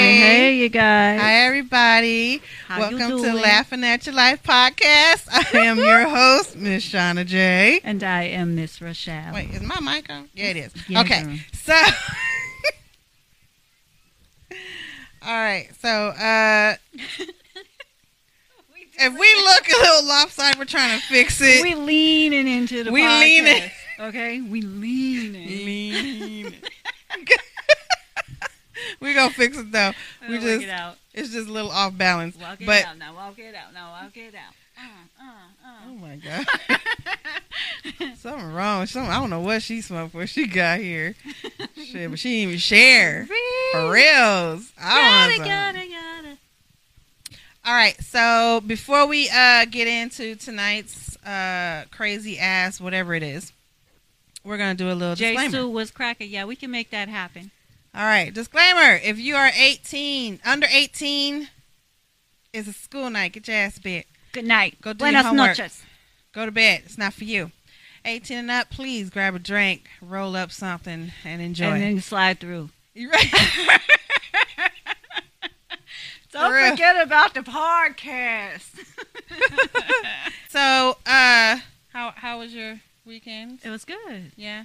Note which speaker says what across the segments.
Speaker 1: you guys.
Speaker 2: Hi, everybody.
Speaker 1: How you
Speaker 2: Welcome to
Speaker 1: doing?
Speaker 2: Laughing at Your Life podcast. I am your host, Miss Shauna J.
Speaker 1: And I am Miss Rochelle.
Speaker 2: Wait, is my mic on? Yeah, it is.
Speaker 1: Yes,
Speaker 2: okay,
Speaker 1: ma'am.
Speaker 2: so. All right, so uh, if we look a little lopsided, we're trying to fix it.
Speaker 1: We leaning into the
Speaker 2: We
Speaker 1: podcast,
Speaker 2: leaning.
Speaker 1: Okay, we leaning.
Speaker 2: Lean. we gonna fix it though.
Speaker 1: Uh,
Speaker 2: We
Speaker 1: walk
Speaker 2: just
Speaker 1: it out.
Speaker 2: it's just a little off balance.
Speaker 1: Walk it
Speaker 2: but
Speaker 1: out now. Walk it out now. Walk it out.
Speaker 2: oh
Speaker 1: Uh,
Speaker 2: my god,
Speaker 1: uh, uh.
Speaker 2: something wrong. Something, I don't know what she smoked when she got here. Shit, but she didn't even share for reals. I
Speaker 1: Gotta,
Speaker 2: want some.
Speaker 1: gotta, gotta.
Speaker 2: All right, so before we uh, get into tonight's uh, crazy ass whatever it is, we're gonna do a little
Speaker 1: Jay
Speaker 2: disclaimer.
Speaker 1: Sue was cracking. Yeah, we can make that happen.
Speaker 2: All right, disclaimer: if you are eighteen, under eighteen, it's a school night. Get your ass bit.
Speaker 1: Good night.
Speaker 2: Go do your
Speaker 1: Buenas
Speaker 2: homework.
Speaker 1: noches.
Speaker 2: Go to bed. It's not for you. Eighteen and up, please grab a drink, roll up something, and enjoy.
Speaker 1: And then slide through.
Speaker 2: you right.
Speaker 1: Don't
Speaker 2: real.
Speaker 1: forget about the podcast.
Speaker 2: so, uh, how how was your weekend?
Speaker 1: it was good.
Speaker 2: Yeah,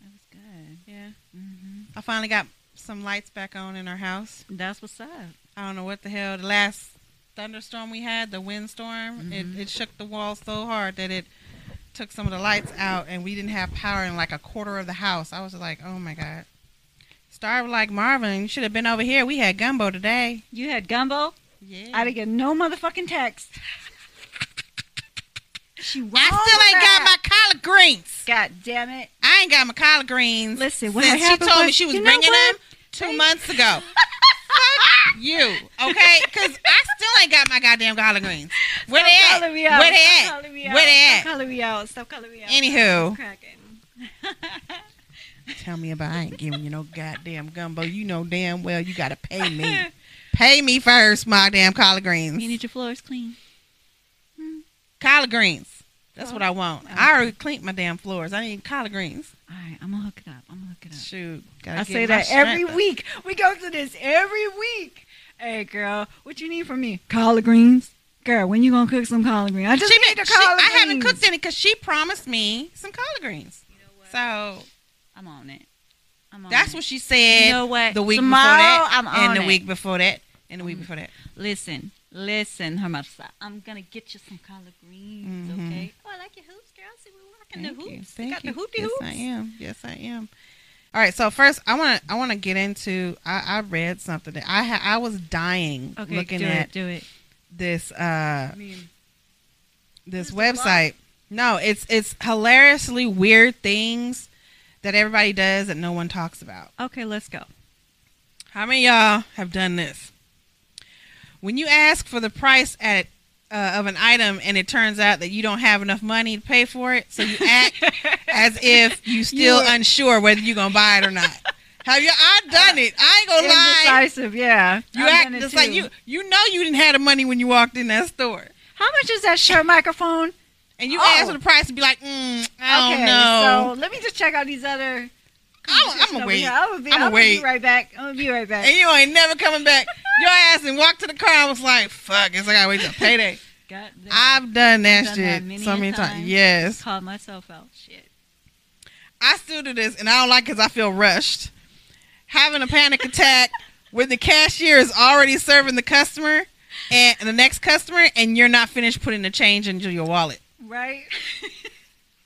Speaker 1: It was good.
Speaker 2: yeah.
Speaker 1: hmm
Speaker 2: I finally got some lights back on in our house.
Speaker 1: That's what's up.
Speaker 2: I don't know what the hell the last thunderstorm we had, the windstorm,
Speaker 1: Mhm.
Speaker 2: it, it shook the wall so hard that it took some of the lights out and we didn't have power in like a quarter of the house. I was like, Oh my God. Starve like Marvin, you should have been over here. We had gumbo today.
Speaker 1: You had gumbo.
Speaker 2: Yeah.
Speaker 1: I didn't get no motherfucking text. She wrong
Speaker 2: I still ain't got my collard greens.
Speaker 1: God damn it!
Speaker 2: I ain't got my collard greens.
Speaker 1: Listen, what
Speaker 2: since she
Speaker 1: happened
Speaker 2: told
Speaker 1: was-
Speaker 2: me she was
Speaker 1: you know
Speaker 2: bringing
Speaker 1: what?
Speaker 2: them two months ago. Fuck you, okay? Because I still ain't got my goddamn collard greens. Where
Speaker 1: Stop
Speaker 2: they at?
Speaker 1: calling me out.
Speaker 2: Where they
Speaker 1: Stop
Speaker 2: at?
Speaker 1: calling me out.
Speaker 2: Where they
Speaker 1: Stop
Speaker 2: at?
Speaker 1: calling me out. Stop calling me out.
Speaker 2: Anywho.
Speaker 1: I'm cracking.
Speaker 2: Tell me about I ain't giving you no goddamn gumbo. You know damn well you gotta pay me. Pay me first, my damn collard greens.
Speaker 1: you need your floors clean.
Speaker 2: collard greens. That's what I want.
Speaker 1: Okay.
Speaker 2: I already cleaned my damn floors. I need collard greens.
Speaker 1: All right, I'm gonna hook it up. I'm gonna hook it up.
Speaker 2: Shoot. gotta
Speaker 1: I
Speaker 2: get
Speaker 1: say
Speaker 2: my
Speaker 1: that every
Speaker 2: strength up.
Speaker 1: week. We go through this every week. Hey, girl, what you need from me? Collard greens. Girl, when you gonna cook some collard greens? I just
Speaker 2: She
Speaker 1: need
Speaker 2: did-
Speaker 1: the
Speaker 2: she-
Speaker 1: collard greens.
Speaker 2: I haven't cooked any because she promised me some collard greens.
Speaker 1: You know what?
Speaker 2: So
Speaker 1: I'm on it. I'm on
Speaker 2: that's
Speaker 1: it.
Speaker 2: what she said
Speaker 1: You know what?
Speaker 2: the week
Speaker 1: Tomorrow,
Speaker 2: before that,
Speaker 1: I'm on
Speaker 2: and the
Speaker 1: it. Mm-hmm.
Speaker 2: week before that, and the week before that.
Speaker 1: Listen, listen, Hermosa. I'm gonna get you some collard greens,
Speaker 2: Mhm.
Speaker 1: okay? Oh, I like your hoops, girl. See, we're rocking the
Speaker 2: Thank you.
Speaker 1: hoops.
Speaker 2: Thank
Speaker 1: got
Speaker 2: you.
Speaker 1: the hoopty
Speaker 2: yes,
Speaker 1: hoops.
Speaker 2: I am. Yes, I am. All right. So first, I want to I want to get into. I, I read something that I ha- I was dying
Speaker 1: Okay,
Speaker 2: looking
Speaker 1: do
Speaker 2: at
Speaker 1: it, do it.
Speaker 2: this uh
Speaker 1: mean,
Speaker 2: this
Speaker 1: Who's the
Speaker 2: website. No, it's it's hilariously weird things that everybody does that no one talks about.
Speaker 1: okay, let's go.
Speaker 2: How many of y'all have done this? When you ask for the price at uh, of an item and it turns out that you don't have enough money to pay for it, so you act as if you still
Speaker 1: were-
Speaker 2: unsure whether you're gonna buy it or not. Have you? I've done it. I ain't gonna lie.
Speaker 1: Indecisive, yeah.
Speaker 2: You
Speaker 1: I've
Speaker 2: act
Speaker 1: done it
Speaker 2: just like
Speaker 1: too.
Speaker 2: you. You know you didn't have the money when you walked in that store,
Speaker 1: How much is that shirt microphone?
Speaker 2: and you
Speaker 1: Oh.
Speaker 2: ask for the price and be like, mm, I don't
Speaker 1: okay,
Speaker 2: know.
Speaker 1: So let me just check out these other.
Speaker 2: I'm- I'm
Speaker 1: conversations
Speaker 2: gonna
Speaker 1: over
Speaker 2: wait.
Speaker 1: here. I'm gonna be,
Speaker 2: I'm gonna
Speaker 1: I'm gonna
Speaker 2: wait.
Speaker 1: be right back. I'm gonna be right back.
Speaker 2: and you ain't never coming back. Your ass and walked to the car. I was like, fuck. It's like I wait till payday.
Speaker 1: God damn.
Speaker 2: I've done that
Speaker 1: Done
Speaker 2: shit
Speaker 1: that many
Speaker 2: so
Speaker 1: a
Speaker 2: many times.
Speaker 1: time.
Speaker 2: Yes.
Speaker 1: called myself out. Shit.
Speaker 2: I still do this, and I don't like because I feel rushed. Having a panic attack when the cashier is already serving the customer and and the next customer, and you're not finished putting the change into your wallet.
Speaker 1: Right?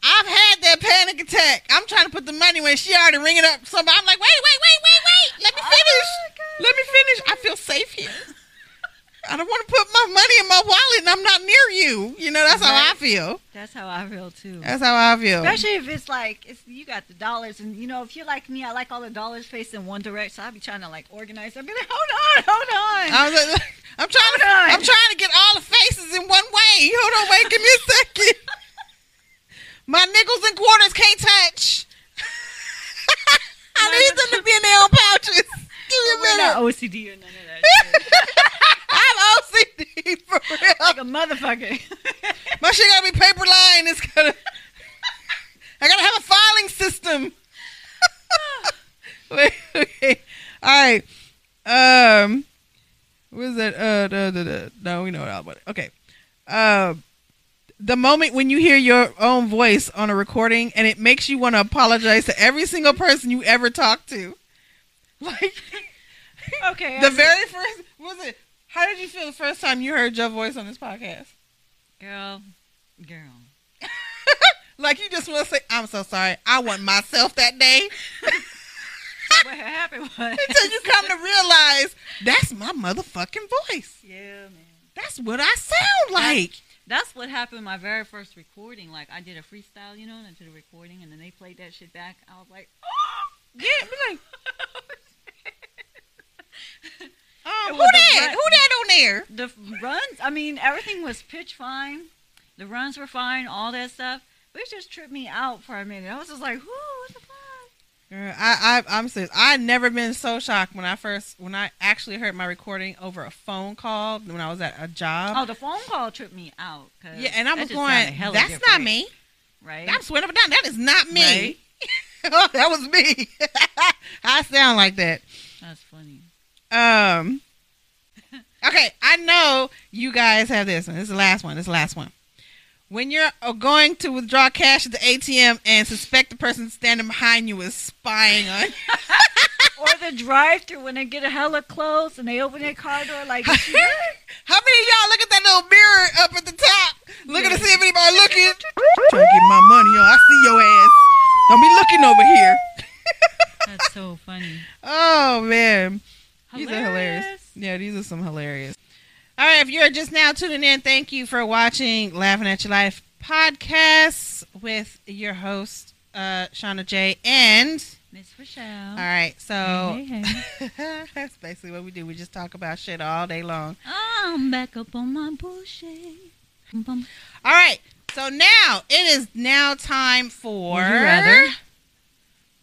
Speaker 2: I've had that panic attack. I'm trying to put the money when she already ringing up somebody. I'm like, wait, wait, wait, wait, wait.
Speaker 1: Oh
Speaker 2: Let me finish. Let me finish. I feel safe here. I don't want to put my money in my wallet and I'm not near you. You know, that's how I
Speaker 1: Right.
Speaker 2: feel.
Speaker 1: That's how I feel too.
Speaker 2: That's how I feel.
Speaker 1: Especially if it's like it's you got the dollars and you know if you're like me, I like all the dollars faced in one direction. So I'll be trying to like organize. I'll be like, hold on, hold on.
Speaker 2: I was like, I'm trying to
Speaker 1: Hold on.
Speaker 2: I'm trying to get all the faces in one way. Hold on, wait, give me a second. My nickels and quarters can't touch. I need them to be in their own pouches. Give me
Speaker 1: We're
Speaker 2: a
Speaker 1: not
Speaker 2: minute.
Speaker 1: OCD or none of that. shit.
Speaker 2: I'm OCD for
Speaker 1: like
Speaker 2: real.
Speaker 1: a motherfucker.
Speaker 2: My shit gotta be paper lined. It's gotta. I gotta have a filing system. Wait, okay. All right. Um. What is that? Uh, da, da, da. No, we know it all about it. Okay. Uh, the moment when you hear your own voice on a recording and it makes you want to apologize to every single person you ever talked to. Like,
Speaker 1: Okay.
Speaker 2: the
Speaker 1: I'm-
Speaker 2: very first, what was it? How did you feel the first time you heard your voice on this podcast?
Speaker 1: girl, girl.
Speaker 2: Like, you just want to say, I'm so sorry. I want myself that day.
Speaker 1: What happened was.
Speaker 2: Until you come to realize that's my motherfucking voice.
Speaker 1: Yeah, man.
Speaker 2: That's what I sound like.
Speaker 1: That's what happened my very first recording. Like I did a freestyle, you know, and I did a recording and then they played that shit back. I was like,
Speaker 2: Yeah, be like, um,
Speaker 1: It
Speaker 2: Oh, who
Speaker 1: was a
Speaker 2: that?
Speaker 1: rut.
Speaker 2: Who that on there?
Speaker 1: the f- runs, I mean, everything was pitch fine. The runs were fine, all that stuff. But it just tripped me out for a minute. I was just like, whoo, what the fuck?
Speaker 2: Girl, I, I, I'm serious. I never been so shocked when I first, when I actually heard my recording over a phone call when I was at a
Speaker 1: Oh,
Speaker 2: job.
Speaker 1: the phone call tripped me out. 'cause
Speaker 2: Uh-huh. yeah, and
Speaker 1: that
Speaker 2: I was
Speaker 1: just
Speaker 2: going,
Speaker 1: sounded
Speaker 2: that's
Speaker 1: hella
Speaker 2: not
Speaker 1: different,
Speaker 2: me.
Speaker 1: Right?
Speaker 2: I'm sweating up and down. That is not me. oh, that was me. I sound like that.
Speaker 1: That's funny.
Speaker 2: Um. Okay, I know you guys have this one. This is the last one. This is the last one. When you're uh, going to withdraw cash at the ATM and suspect the person standing behind you is spying on you.
Speaker 1: or the drive through when they get a hella close and they open their car door like,
Speaker 2: How many of y'all look at that little mirror up at the top, looking to see if anybody looking? Trying to get my money on. I see your ass. Don't be looking over here.
Speaker 1: that's so funny.
Speaker 2: Oh man. These are hilarious.
Speaker 1: Hilarious.
Speaker 2: Yeah, these are some hilarious. All right, if you're just now tuning in, thank you for watching Laughing at Your Life podcast with your host, uh, Shauna J. And
Speaker 1: Miss Rochelle.
Speaker 2: all right, so
Speaker 1: Hey, hey, Oh. hey.
Speaker 2: that's basically what we do. We just talk about shit all day long.
Speaker 1: I'm back up on my bullshit. Bum.
Speaker 2: All right, so now it is now time for
Speaker 1: Would you rather?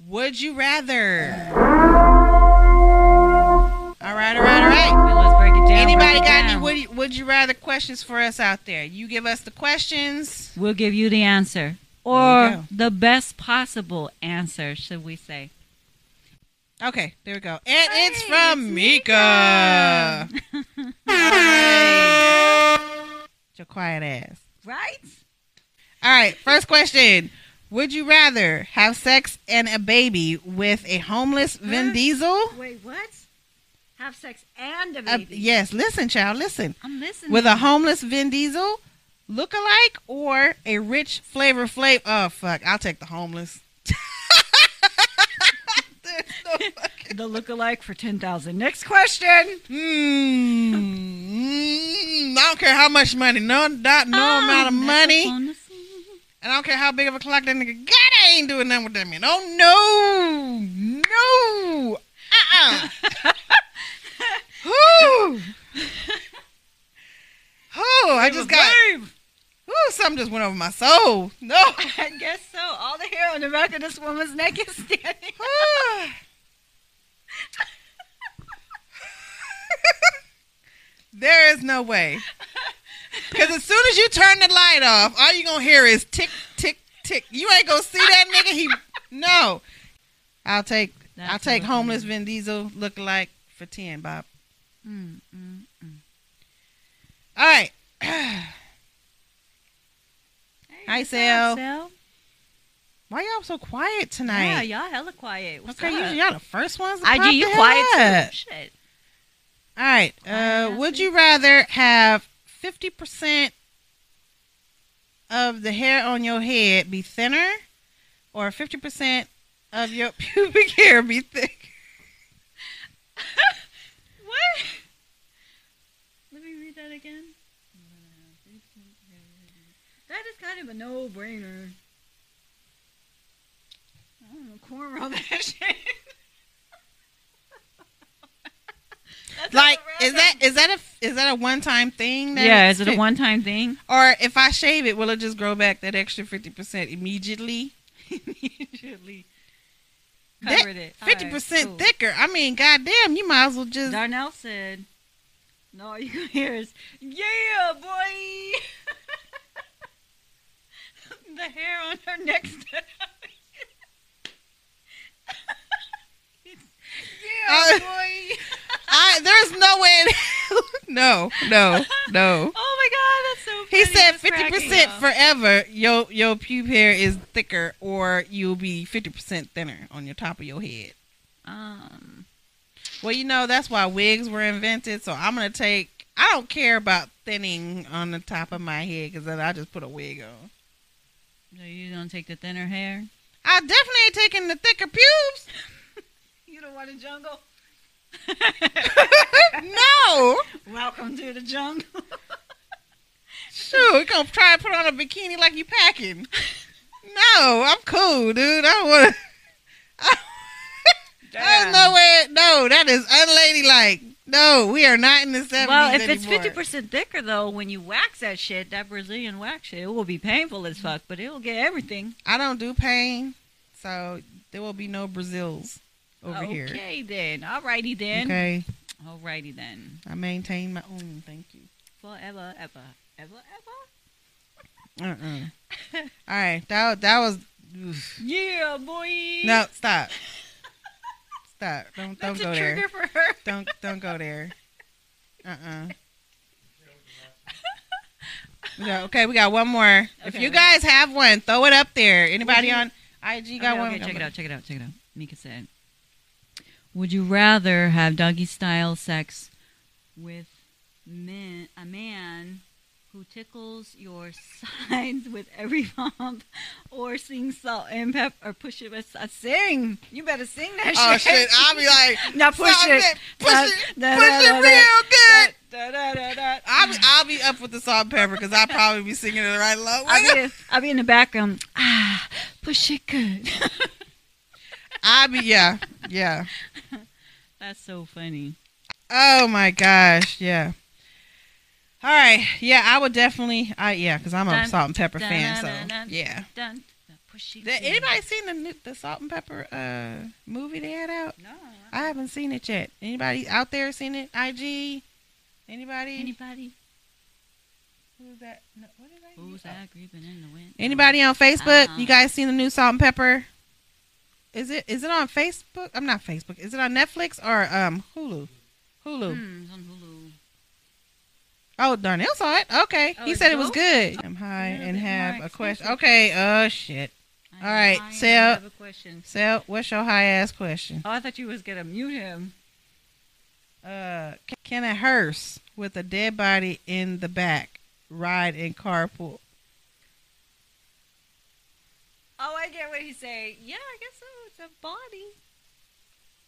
Speaker 2: Would you rather? All right, all right, all right.
Speaker 1: Wait, let's break it down.
Speaker 2: Anybody
Speaker 1: break it
Speaker 2: got any
Speaker 1: down.
Speaker 2: would you, would you rather questions for us out there? You give us the questions.
Speaker 1: We'll give you the answer.
Speaker 2: There you
Speaker 1: Or the best possible answer, should we say?
Speaker 2: Okay, there we go. And it's
Speaker 1: Hey,
Speaker 2: from
Speaker 1: it's
Speaker 2: Mika. Alright. Your quiet ass.
Speaker 1: right?
Speaker 2: All right, first question. Would you rather have sex and a baby with a homeless Vin
Speaker 1: Huh?
Speaker 2: Diesel?
Speaker 1: Wait, what? Have sex and a
Speaker 2: A-
Speaker 1: baby.
Speaker 2: yes, listen, child, listen.
Speaker 1: I'm listening.
Speaker 2: Uh, With a homeless Vin Diesel look-alike or a rich flavor flavor? Oh fuck, I'll take the homeless. There's no fucking-
Speaker 1: the look-alike for 10000 Next question.
Speaker 2: Mm, mm, Hmm. I don't care how much money, no, not, no
Speaker 1: Oh,
Speaker 2: amount of
Speaker 1: back up
Speaker 2: money,
Speaker 1: on the scene.
Speaker 2: and I don't care how big of a clock that nigga got. I ain't doing nothing with that man. Oh no, no, uh, uh who, who? Oh, I
Speaker 1: Give
Speaker 2: just
Speaker 1: a
Speaker 2: got.
Speaker 1: verb.
Speaker 2: Ooh, something just went over my soul. No.
Speaker 1: I guess so. All the hair on the back of this woman's neck is standing.
Speaker 2: there is no way. Because as soon as you turn the light off, all you going to hear is tick, tick, tick. You ain't going to see that nigga. He No. I'll take
Speaker 1: That's
Speaker 2: I'll take
Speaker 1: so
Speaker 2: homeless
Speaker 1: funny.
Speaker 2: Vin Diesel look like for 10, Bob.
Speaker 1: Mm, mm, mm.
Speaker 2: All right.
Speaker 1: Hey,
Speaker 2: Hi,
Speaker 1: what's up,
Speaker 2: Sel. Why y'all so quiet
Speaker 1: Yeah,
Speaker 2: tonight?
Speaker 1: y'all hella quiet. What's
Speaker 2: okay,
Speaker 1: up?
Speaker 2: usually y'all the first ones to pop
Speaker 1: IG, you
Speaker 2: the hell
Speaker 1: quiet
Speaker 2: up.
Speaker 1: too. Shit.
Speaker 2: All right.
Speaker 1: Quiet
Speaker 2: Uh, would
Speaker 1: asses.
Speaker 2: you rather have 50% of the hair on your head be thinner or 50% of your pubic hair be thick?
Speaker 1: What? Let me read that again. That is kind of a no-brainer. I don't know, corn on that shit. That's
Speaker 2: Like
Speaker 1: all
Speaker 2: is
Speaker 1: around
Speaker 2: that
Speaker 1: them.
Speaker 2: is that a is that a one time thing? That
Speaker 1: Yeah, is it a one-time thing?
Speaker 2: Or if I shave it, will it just grow back that extra fifty percent immediately?
Speaker 1: Immediately
Speaker 2: That-
Speaker 1: covered it. All right,
Speaker 2: Fifty percent
Speaker 1: cool.
Speaker 2: thicker. I mean, goddamn, you might as well just
Speaker 1: Darnell said, "No, all you can hear is yeah, boy." the hair on her neck. stood out. yeah,
Speaker 2: Uh,
Speaker 1: boy.
Speaker 2: I there's no way in no, no, no.
Speaker 1: Oh my god, that's so funny.
Speaker 2: He said
Speaker 1: Just cracking
Speaker 2: fifty percent
Speaker 1: up.
Speaker 2: forever. Your your pube hair is thicker, or you'll be fifty percent thinner on your top of your head.
Speaker 1: um
Speaker 2: Well, you know that's why wigs were invented. So I'm gonna take. I don't care about thinning on the top of my head because then I just put a wig on.
Speaker 1: so you gonna take the thinner hair?
Speaker 2: I definitely ain't taking the thicker pubes.
Speaker 1: You don't want a jungle?
Speaker 2: no,
Speaker 1: Welcome to the jungle.
Speaker 2: shoot, we gonna try to put on a bikini like you packing. No, I'm cool, dude. I don't want to. There's Oh, no way. No, that is unladylike. No, we are not in the 70s
Speaker 1: Well, if it's
Speaker 2: anymore.
Speaker 1: fifty percent thicker though, when you wax that shit, that Brazilian wax shit, it will be painful as fuck, but it'll get everything.
Speaker 2: I don't do pain, so there will be no Brazils over
Speaker 1: okay,
Speaker 2: here.
Speaker 1: then. Alrighty then.
Speaker 2: Okay,
Speaker 1: Alrighty then.
Speaker 2: I maintain my own. Thank you.
Speaker 1: Forever, ever, ever, ever.
Speaker 2: Uh-uh. All right, that that was. oof.
Speaker 1: Yeah, boy.
Speaker 2: No, stop. Stop. Don't don't
Speaker 1: That's
Speaker 2: go
Speaker 1: a
Speaker 2: there.
Speaker 1: trigger for her.
Speaker 2: Don't don't go there. Uh uh okay, we got one more. if
Speaker 1: Okay,
Speaker 2: you
Speaker 1: we-
Speaker 2: guys have one, throw it up there. Anybody
Speaker 1: you-
Speaker 2: on IG got
Speaker 1: okay,
Speaker 2: one?
Speaker 1: Oh, okay, check it out, check it out, check it out. Mika said, "Would you rather have doggy style sex with men, a man who tickles your sides with every bump, or sings salt and pepper, or push it? With, uh, sing. You better sing that
Speaker 2: Oh
Speaker 1: shit.
Speaker 2: shit! I'll be like,
Speaker 1: now push
Speaker 2: stop
Speaker 1: it.
Speaker 2: it, push
Speaker 1: Da-
Speaker 2: it,
Speaker 1: da-
Speaker 2: push
Speaker 1: da-
Speaker 2: it
Speaker 1: da-
Speaker 2: real
Speaker 1: da-
Speaker 2: good.
Speaker 1: da- da- da- da-
Speaker 2: I'll be, I'll be up with the salt and pepper because I'll probably be singing it right low.
Speaker 1: I'll be, I'll be in the background. Ah, push it good.
Speaker 2: I'll be yeah, yeah.
Speaker 1: That's so funny.
Speaker 2: Oh my gosh, yeah. All right, yeah, I would definitely, I yeah, because I'm a
Speaker 1: Dun,
Speaker 2: salt and pepper
Speaker 1: dun,
Speaker 2: fan,
Speaker 1: dun, dun,
Speaker 2: so
Speaker 1: dun.
Speaker 2: yeah.
Speaker 1: Done. Push it.
Speaker 2: Did
Speaker 1: good.
Speaker 2: anybody seen the new- the salt and pepper uh movie they had out?
Speaker 1: No. I-
Speaker 2: I haven't seen it yet. Anybody out there seen it? IG? Anybody?
Speaker 1: Anybody?
Speaker 2: Who's that? No, what did I
Speaker 1: Who's
Speaker 2: oh.
Speaker 1: that creeping in the wind?
Speaker 2: Anybody on Facebook?
Speaker 1: Uh-uh.
Speaker 2: You guys seen the new Salt and Pepper? Is it is it on Facebook? I'm not Facebook. Is it on Netflix or um Hulu? Hulu.
Speaker 1: Hmm, it's on Hulu.
Speaker 2: Oh, Darnell saw it. Okay,
Speaker 1: Oh,
Speaker 2: he
Speaker 1: it's
Speaker 2: said it was
Speaker 1: dope?
Speaker 2: good. I'm high
Speaker 1: little
Speaker 2: and
Speaker 1: bit more
Speaker 2: have a question.
Speaker 1: expensive.
Speaker 2: Okay. Oh shit.
Speaker 1: I-
Speaker 2: All right,
Speaker 1: I
Speaker 2: so-
Speaker 1: have a question.
Speaker 2: So, what's your high ass question?
Speaker 1: Oh, I thought you was gonna mute him.
Speaker 2: Uh, c- can a hearse with a dead body in the back ride in carpool?
Speaker 1: Oh, I get what he's saying. Yeah, I guess so. It's a body.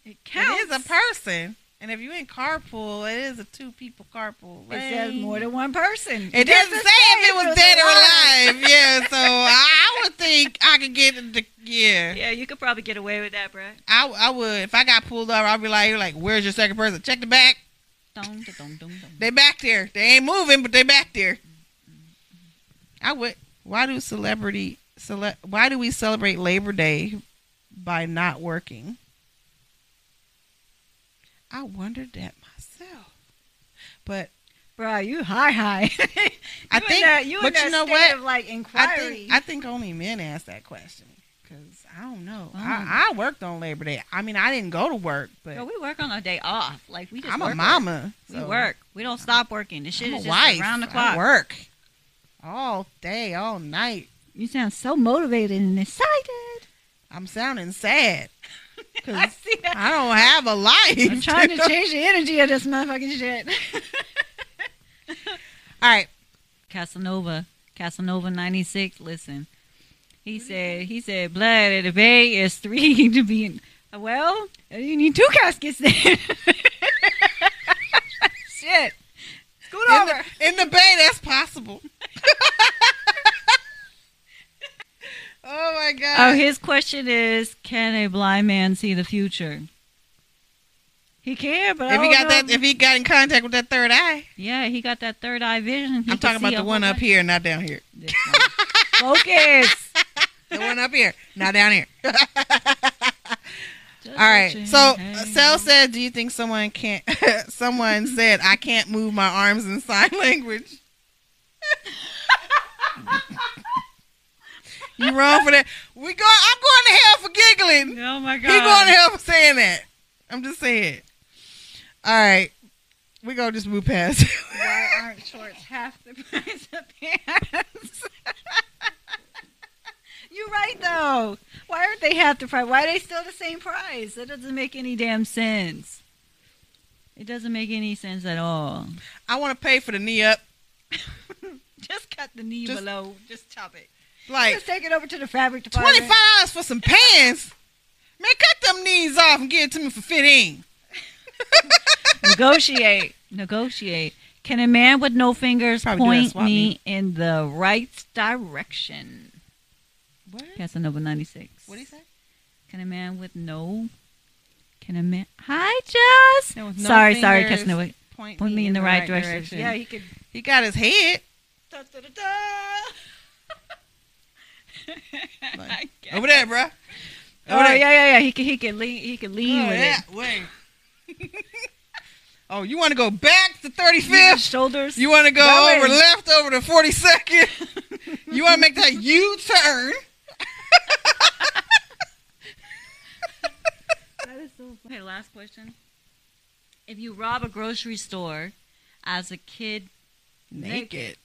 Speaker 1: It counts.
Speaker 2: It is a person, and if you in carpool, it is a two people carpool.
Speaker 1: It says
Speaker 2: lane.
Speaker 1: more than one person.
Speaker 2: It doesn't say if it was dead or alive. Yeah, so I, I would think I could get the yeah.
Speaker 1: Yeah, you could probably get away with that, bruh.
Speaker 2: I I would if I got pulled over. I'd be like, like, where's your second person? Check the back.
Speaker 1: Dun, dun, dun, dun, dun.
Speaker 2: They back there. They ain't moving, but they back there. I would. Why do celebrity cele- Why do we celebrate Labor Day by not working? I wondered that myself, but
Speaker 1: Bruh, you high high.
Speaker 2: I
Speaker 1: You in
Speaker 2: think-
Speaker 1: that, you
Speaker 2: but
Speaker 1: in that
Speaker 2: you know
Speaker 1: state
Speaker 2: what?
Speaker 1: Of, like
Speaker 2: I
Speaker 1: inquiry.
Speaker 2: think I think only men ask that question because I don't know.
Speaker 1: Wow.
Speaker 2: I, I worked on Labor Day. I mean, I didn't go to work, but
Speaker 1: Girl, Oh. we work on our day off. Like we just
Speaker 2: I'm
Speaker 1: work
Speaker 2: a
Speaker 1: it.
Speaker 2: mama.
Speaker 1: We
Speaker 2: so
Speaker 1: work. We don't stop working. This shit
Speaker 2: I'm a
Speaker 1: is just
Speaker 2: wife.
Speaker 1: around the
Speaker 2: I
Speaker 1: clock.
Speaker 2: work all day, all night.
Speaker 1: You sound so motivated and excited.
Speaker 2: I'm sounding sad
Speaker 1: I
Speaker 2: because
Speaker 1: see that.
Speaker 2: I don't have a life.
Speaker 1: I'm trying to change the energy of this motherfucking shit.
Speaker 2: All right.
Speaker 1: Casanova, Casanova ninety six. Listen, he said he said blood at the bay is three to be. In, well, uh, you need two caskets then. shit, scoot
Speaker 2: In the,
Speaker 1: over.
Speaker 2: in the bay, that's possible. oh my
Speaker 1: Oh,
Speaker 2: god.
Speaker 1: his question is: Can a blind man see the future? He can, but I
Speaker 2: if he
Speaker 1: don't
Speaker 2: got
Speaker 1: know.
Speaker 2: that, if he got in contact with that third eye,
Speaker 1: yeah, he got that third eye vision. He
Speaker 2: I'm
Speaker 1: can
Speaker 2: talking
Speaker 1: see
Speaker 2: about
Speaker 1: a
Speaker 2: the
Speaker 1: whole
Speaker 2: one up
Speaker 1: bunch-
Speaker 2: here, not down here.
Speaker 1: This one. Focus.
Speaker 2: The one up here, not down here.
Speaker 1: Just
Speaker 2: All right.
Speaker 1: watching.
Speaker 2: So, uh,
Speaker 1: Hey.
Speaker 2: Sel said, "Do you think someone can't?" someone said, "I can't move my arms in sign language." you wrong for that. We go. I'm going to hell for giggling.
Speaker 1: Oh my
Speaker 2: He
Speaker 1: god.
Speaker 2: going to hell for saying that. I'm just saying. All right. We're going to just move past.
Speaker 1: Why aren't shorts half the price of pants? You're right though. Why aren't they half the price? Why are they still the same price? That doesn't make any damn sense. It doesn't make any sense at all.
Speaker 2: I want to pay for the knee up.
Speaker 1: Just cut the knee
Speaker 2: Just-
Speaker 1: below. Just chop it.
Speaker 2: Like
Speaker 1: Just take it over to the fabric department.
Speaker 2: twenty five dollars for some pants. Man, cut them knees off and give it to me for fifteen.
Speaker 1: Negotiate. Negotiate. Can a man with no fingers
Speaker 2: Probably doing a
Speaker 1: point
Speaker 2: swap
Speaker 1: me
Speaker 2: meet.
Speaker 1: in the right direction?
Speaker 2: What?
Speaker 1: Casanova 96.
Speaker 2: What do you say?
Speaker 1: Can a man with no? Can a man? Hi, Jess.
Speaker 2: Man with no
Speaker 1: sorry, sorry,
Speaker 2: fingers.
Speaker 1: Casanova. Point me in the, right, direction. Yeah, you could.
Speaker 2: he got his head.
Speaker 1: Da, da, da, da.
Speaker 2: Like,
Speaker 1: I
Speaker 2: Over
Speaker 1: guess.
Speaker 2: there, bruh.
Speaker 1: Oh yeah, yeah, yeah. He can, he can lean, he can lean
Speaker 2: Oh,
Speaker 1: with
Speaker 2: yeah,
Speaker 1: it.
Speaker 2: wait. oh, you want to go back to thirty
Speaker 1: Use his
Speaker 2: fifth?
Speaker 1: shoulders.
Speaker 2: You want to go
Speaker 1: That
Speaker 2: over
Speaker 1: way.
Speaker 2: left over to forty second? you want to make that U turn?
Speaker 1: That is so funny. Okay, last question. If you rob a grocery store as a kid, Naked.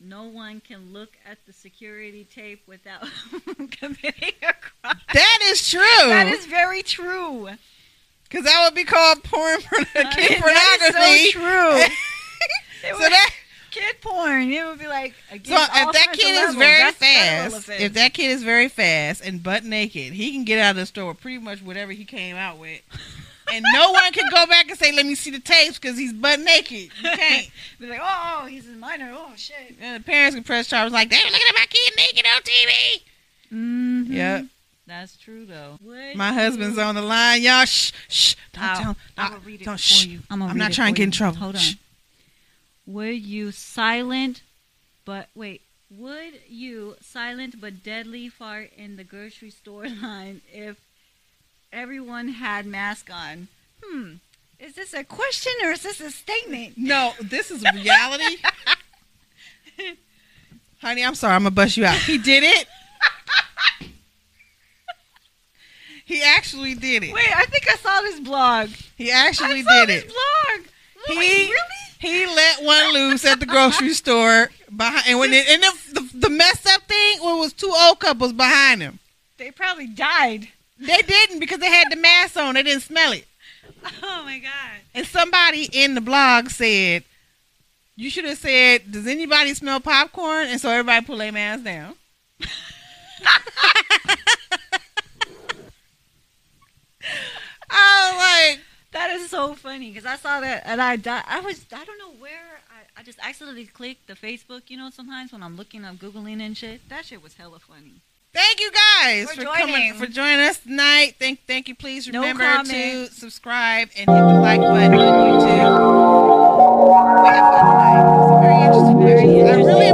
Speaker 1: no one can look at the security tape without committing a crime. Uh,
Speaker 2: That is true.
Speaker 1: That is very true.
Speaker 2: Because that would be called porn porn-
Speaker 1: I mean,
Speaker 2: kid pornography.
Speaker 1: that is so true. It
Speaker 2: so
Speaker 1: would-
Speaker 2: that
Speaker 1: kid porn. It would be like
Speaker 2: so
Speaker 1: against all
Speaker 2: if that
Speaker 1: kinds of
Speaker 2: kid is
Speaker 1: levels.
Speaker 2: very
Speaker 1: That's federal
Speaker 2: fast,
Speaker 1: offense.
Speaker 2: if that kid is very fast and butt naked, he can get out of the store with pretty much whatever he came out with, and no one can go back and say, "Let me see the tapes," because he's butt naked. You can't.
Speaker 1: be like, oh, oh, he's a minor. Oh shit.
Speaker 2: And the parents can press charges like, "They were looking at my kid naked on TV."
Speaker 1: Mm-hmm.
Speaker 2: Yep.
Speaker 1: That's true though.
Speaker 2: My husband's on the line, y'all. Shh, shh. Don't
Speaker 1: Ow.
Speaker 2: tell.
Speaker 1: I'm
Speaker 2: I-
Speaker 1: gonna Oh, read it
Speaker 2: don't-
Speaker 1: for
Speaker 2: shh.
Speaker 1: you. I'm, gonna
Speaker 2: I'm
Speaker 1: read
Speaker 2: not
Speaker 1: it
Speaker 2: trying to
Speaker 1: for
Speaker 2: get in
Speaker 1: you.
Speaker 2: trouble.
Speaker 1: Hold on.
Speaker 2: Shh.
Speaker 1: Would you silent, but wait? Would you silent but deadly fart in the grocery store line if everyone had mask on? Hmm. Is this a question or is this a statement?
Speaker 2: No, this is reality. Honey, I'm sorry. I'm gonna bust you out. He did it. he actually did it.
Speaker 1: Wait, I think I saw this blog.
Speaker 2: He actually
Speaker 1: I saw
Speaker 2: did
Speaker 1: this
Speaker 2: it.
Speaker 1: blog. Wait,
Speaker 2: He-
Speaker 1: really?
Speaker 2: He let one loose at the grocery store behind, and when it, and the, the the mess up thing well, it was two old couples behind him.
Speaker 1: They probably died.
Speaker 2: They didn't because they had the mask on. They didn't smell it.
Speaker 1: Oh my god.
Speaker 2: And somebody in the blog said, "You should have said, does anybody smell popcorn?" And so everybody pull their masks down. I was like,
Speaker 1: That is so funny because I saw that and I di- I was I don't know where I, I just accidentally clicked the Facebook. You know, sometimes when I'm looking, I'm googling and shit. That shit was hella funny.
Speaker 2: "Thank you guys
Speaker 1: For
Speaker 2: for,
Speaker 1: joining.
Speaker 2: coming for joining us tonight. Thank, thank you. Please
Speaker 1: No
Speaker 2: remember to
Speaker 1: comment.
Speaker 2: subscribe and hit the like button on YouTube. We have fun tonight. It was a very interesting question. I really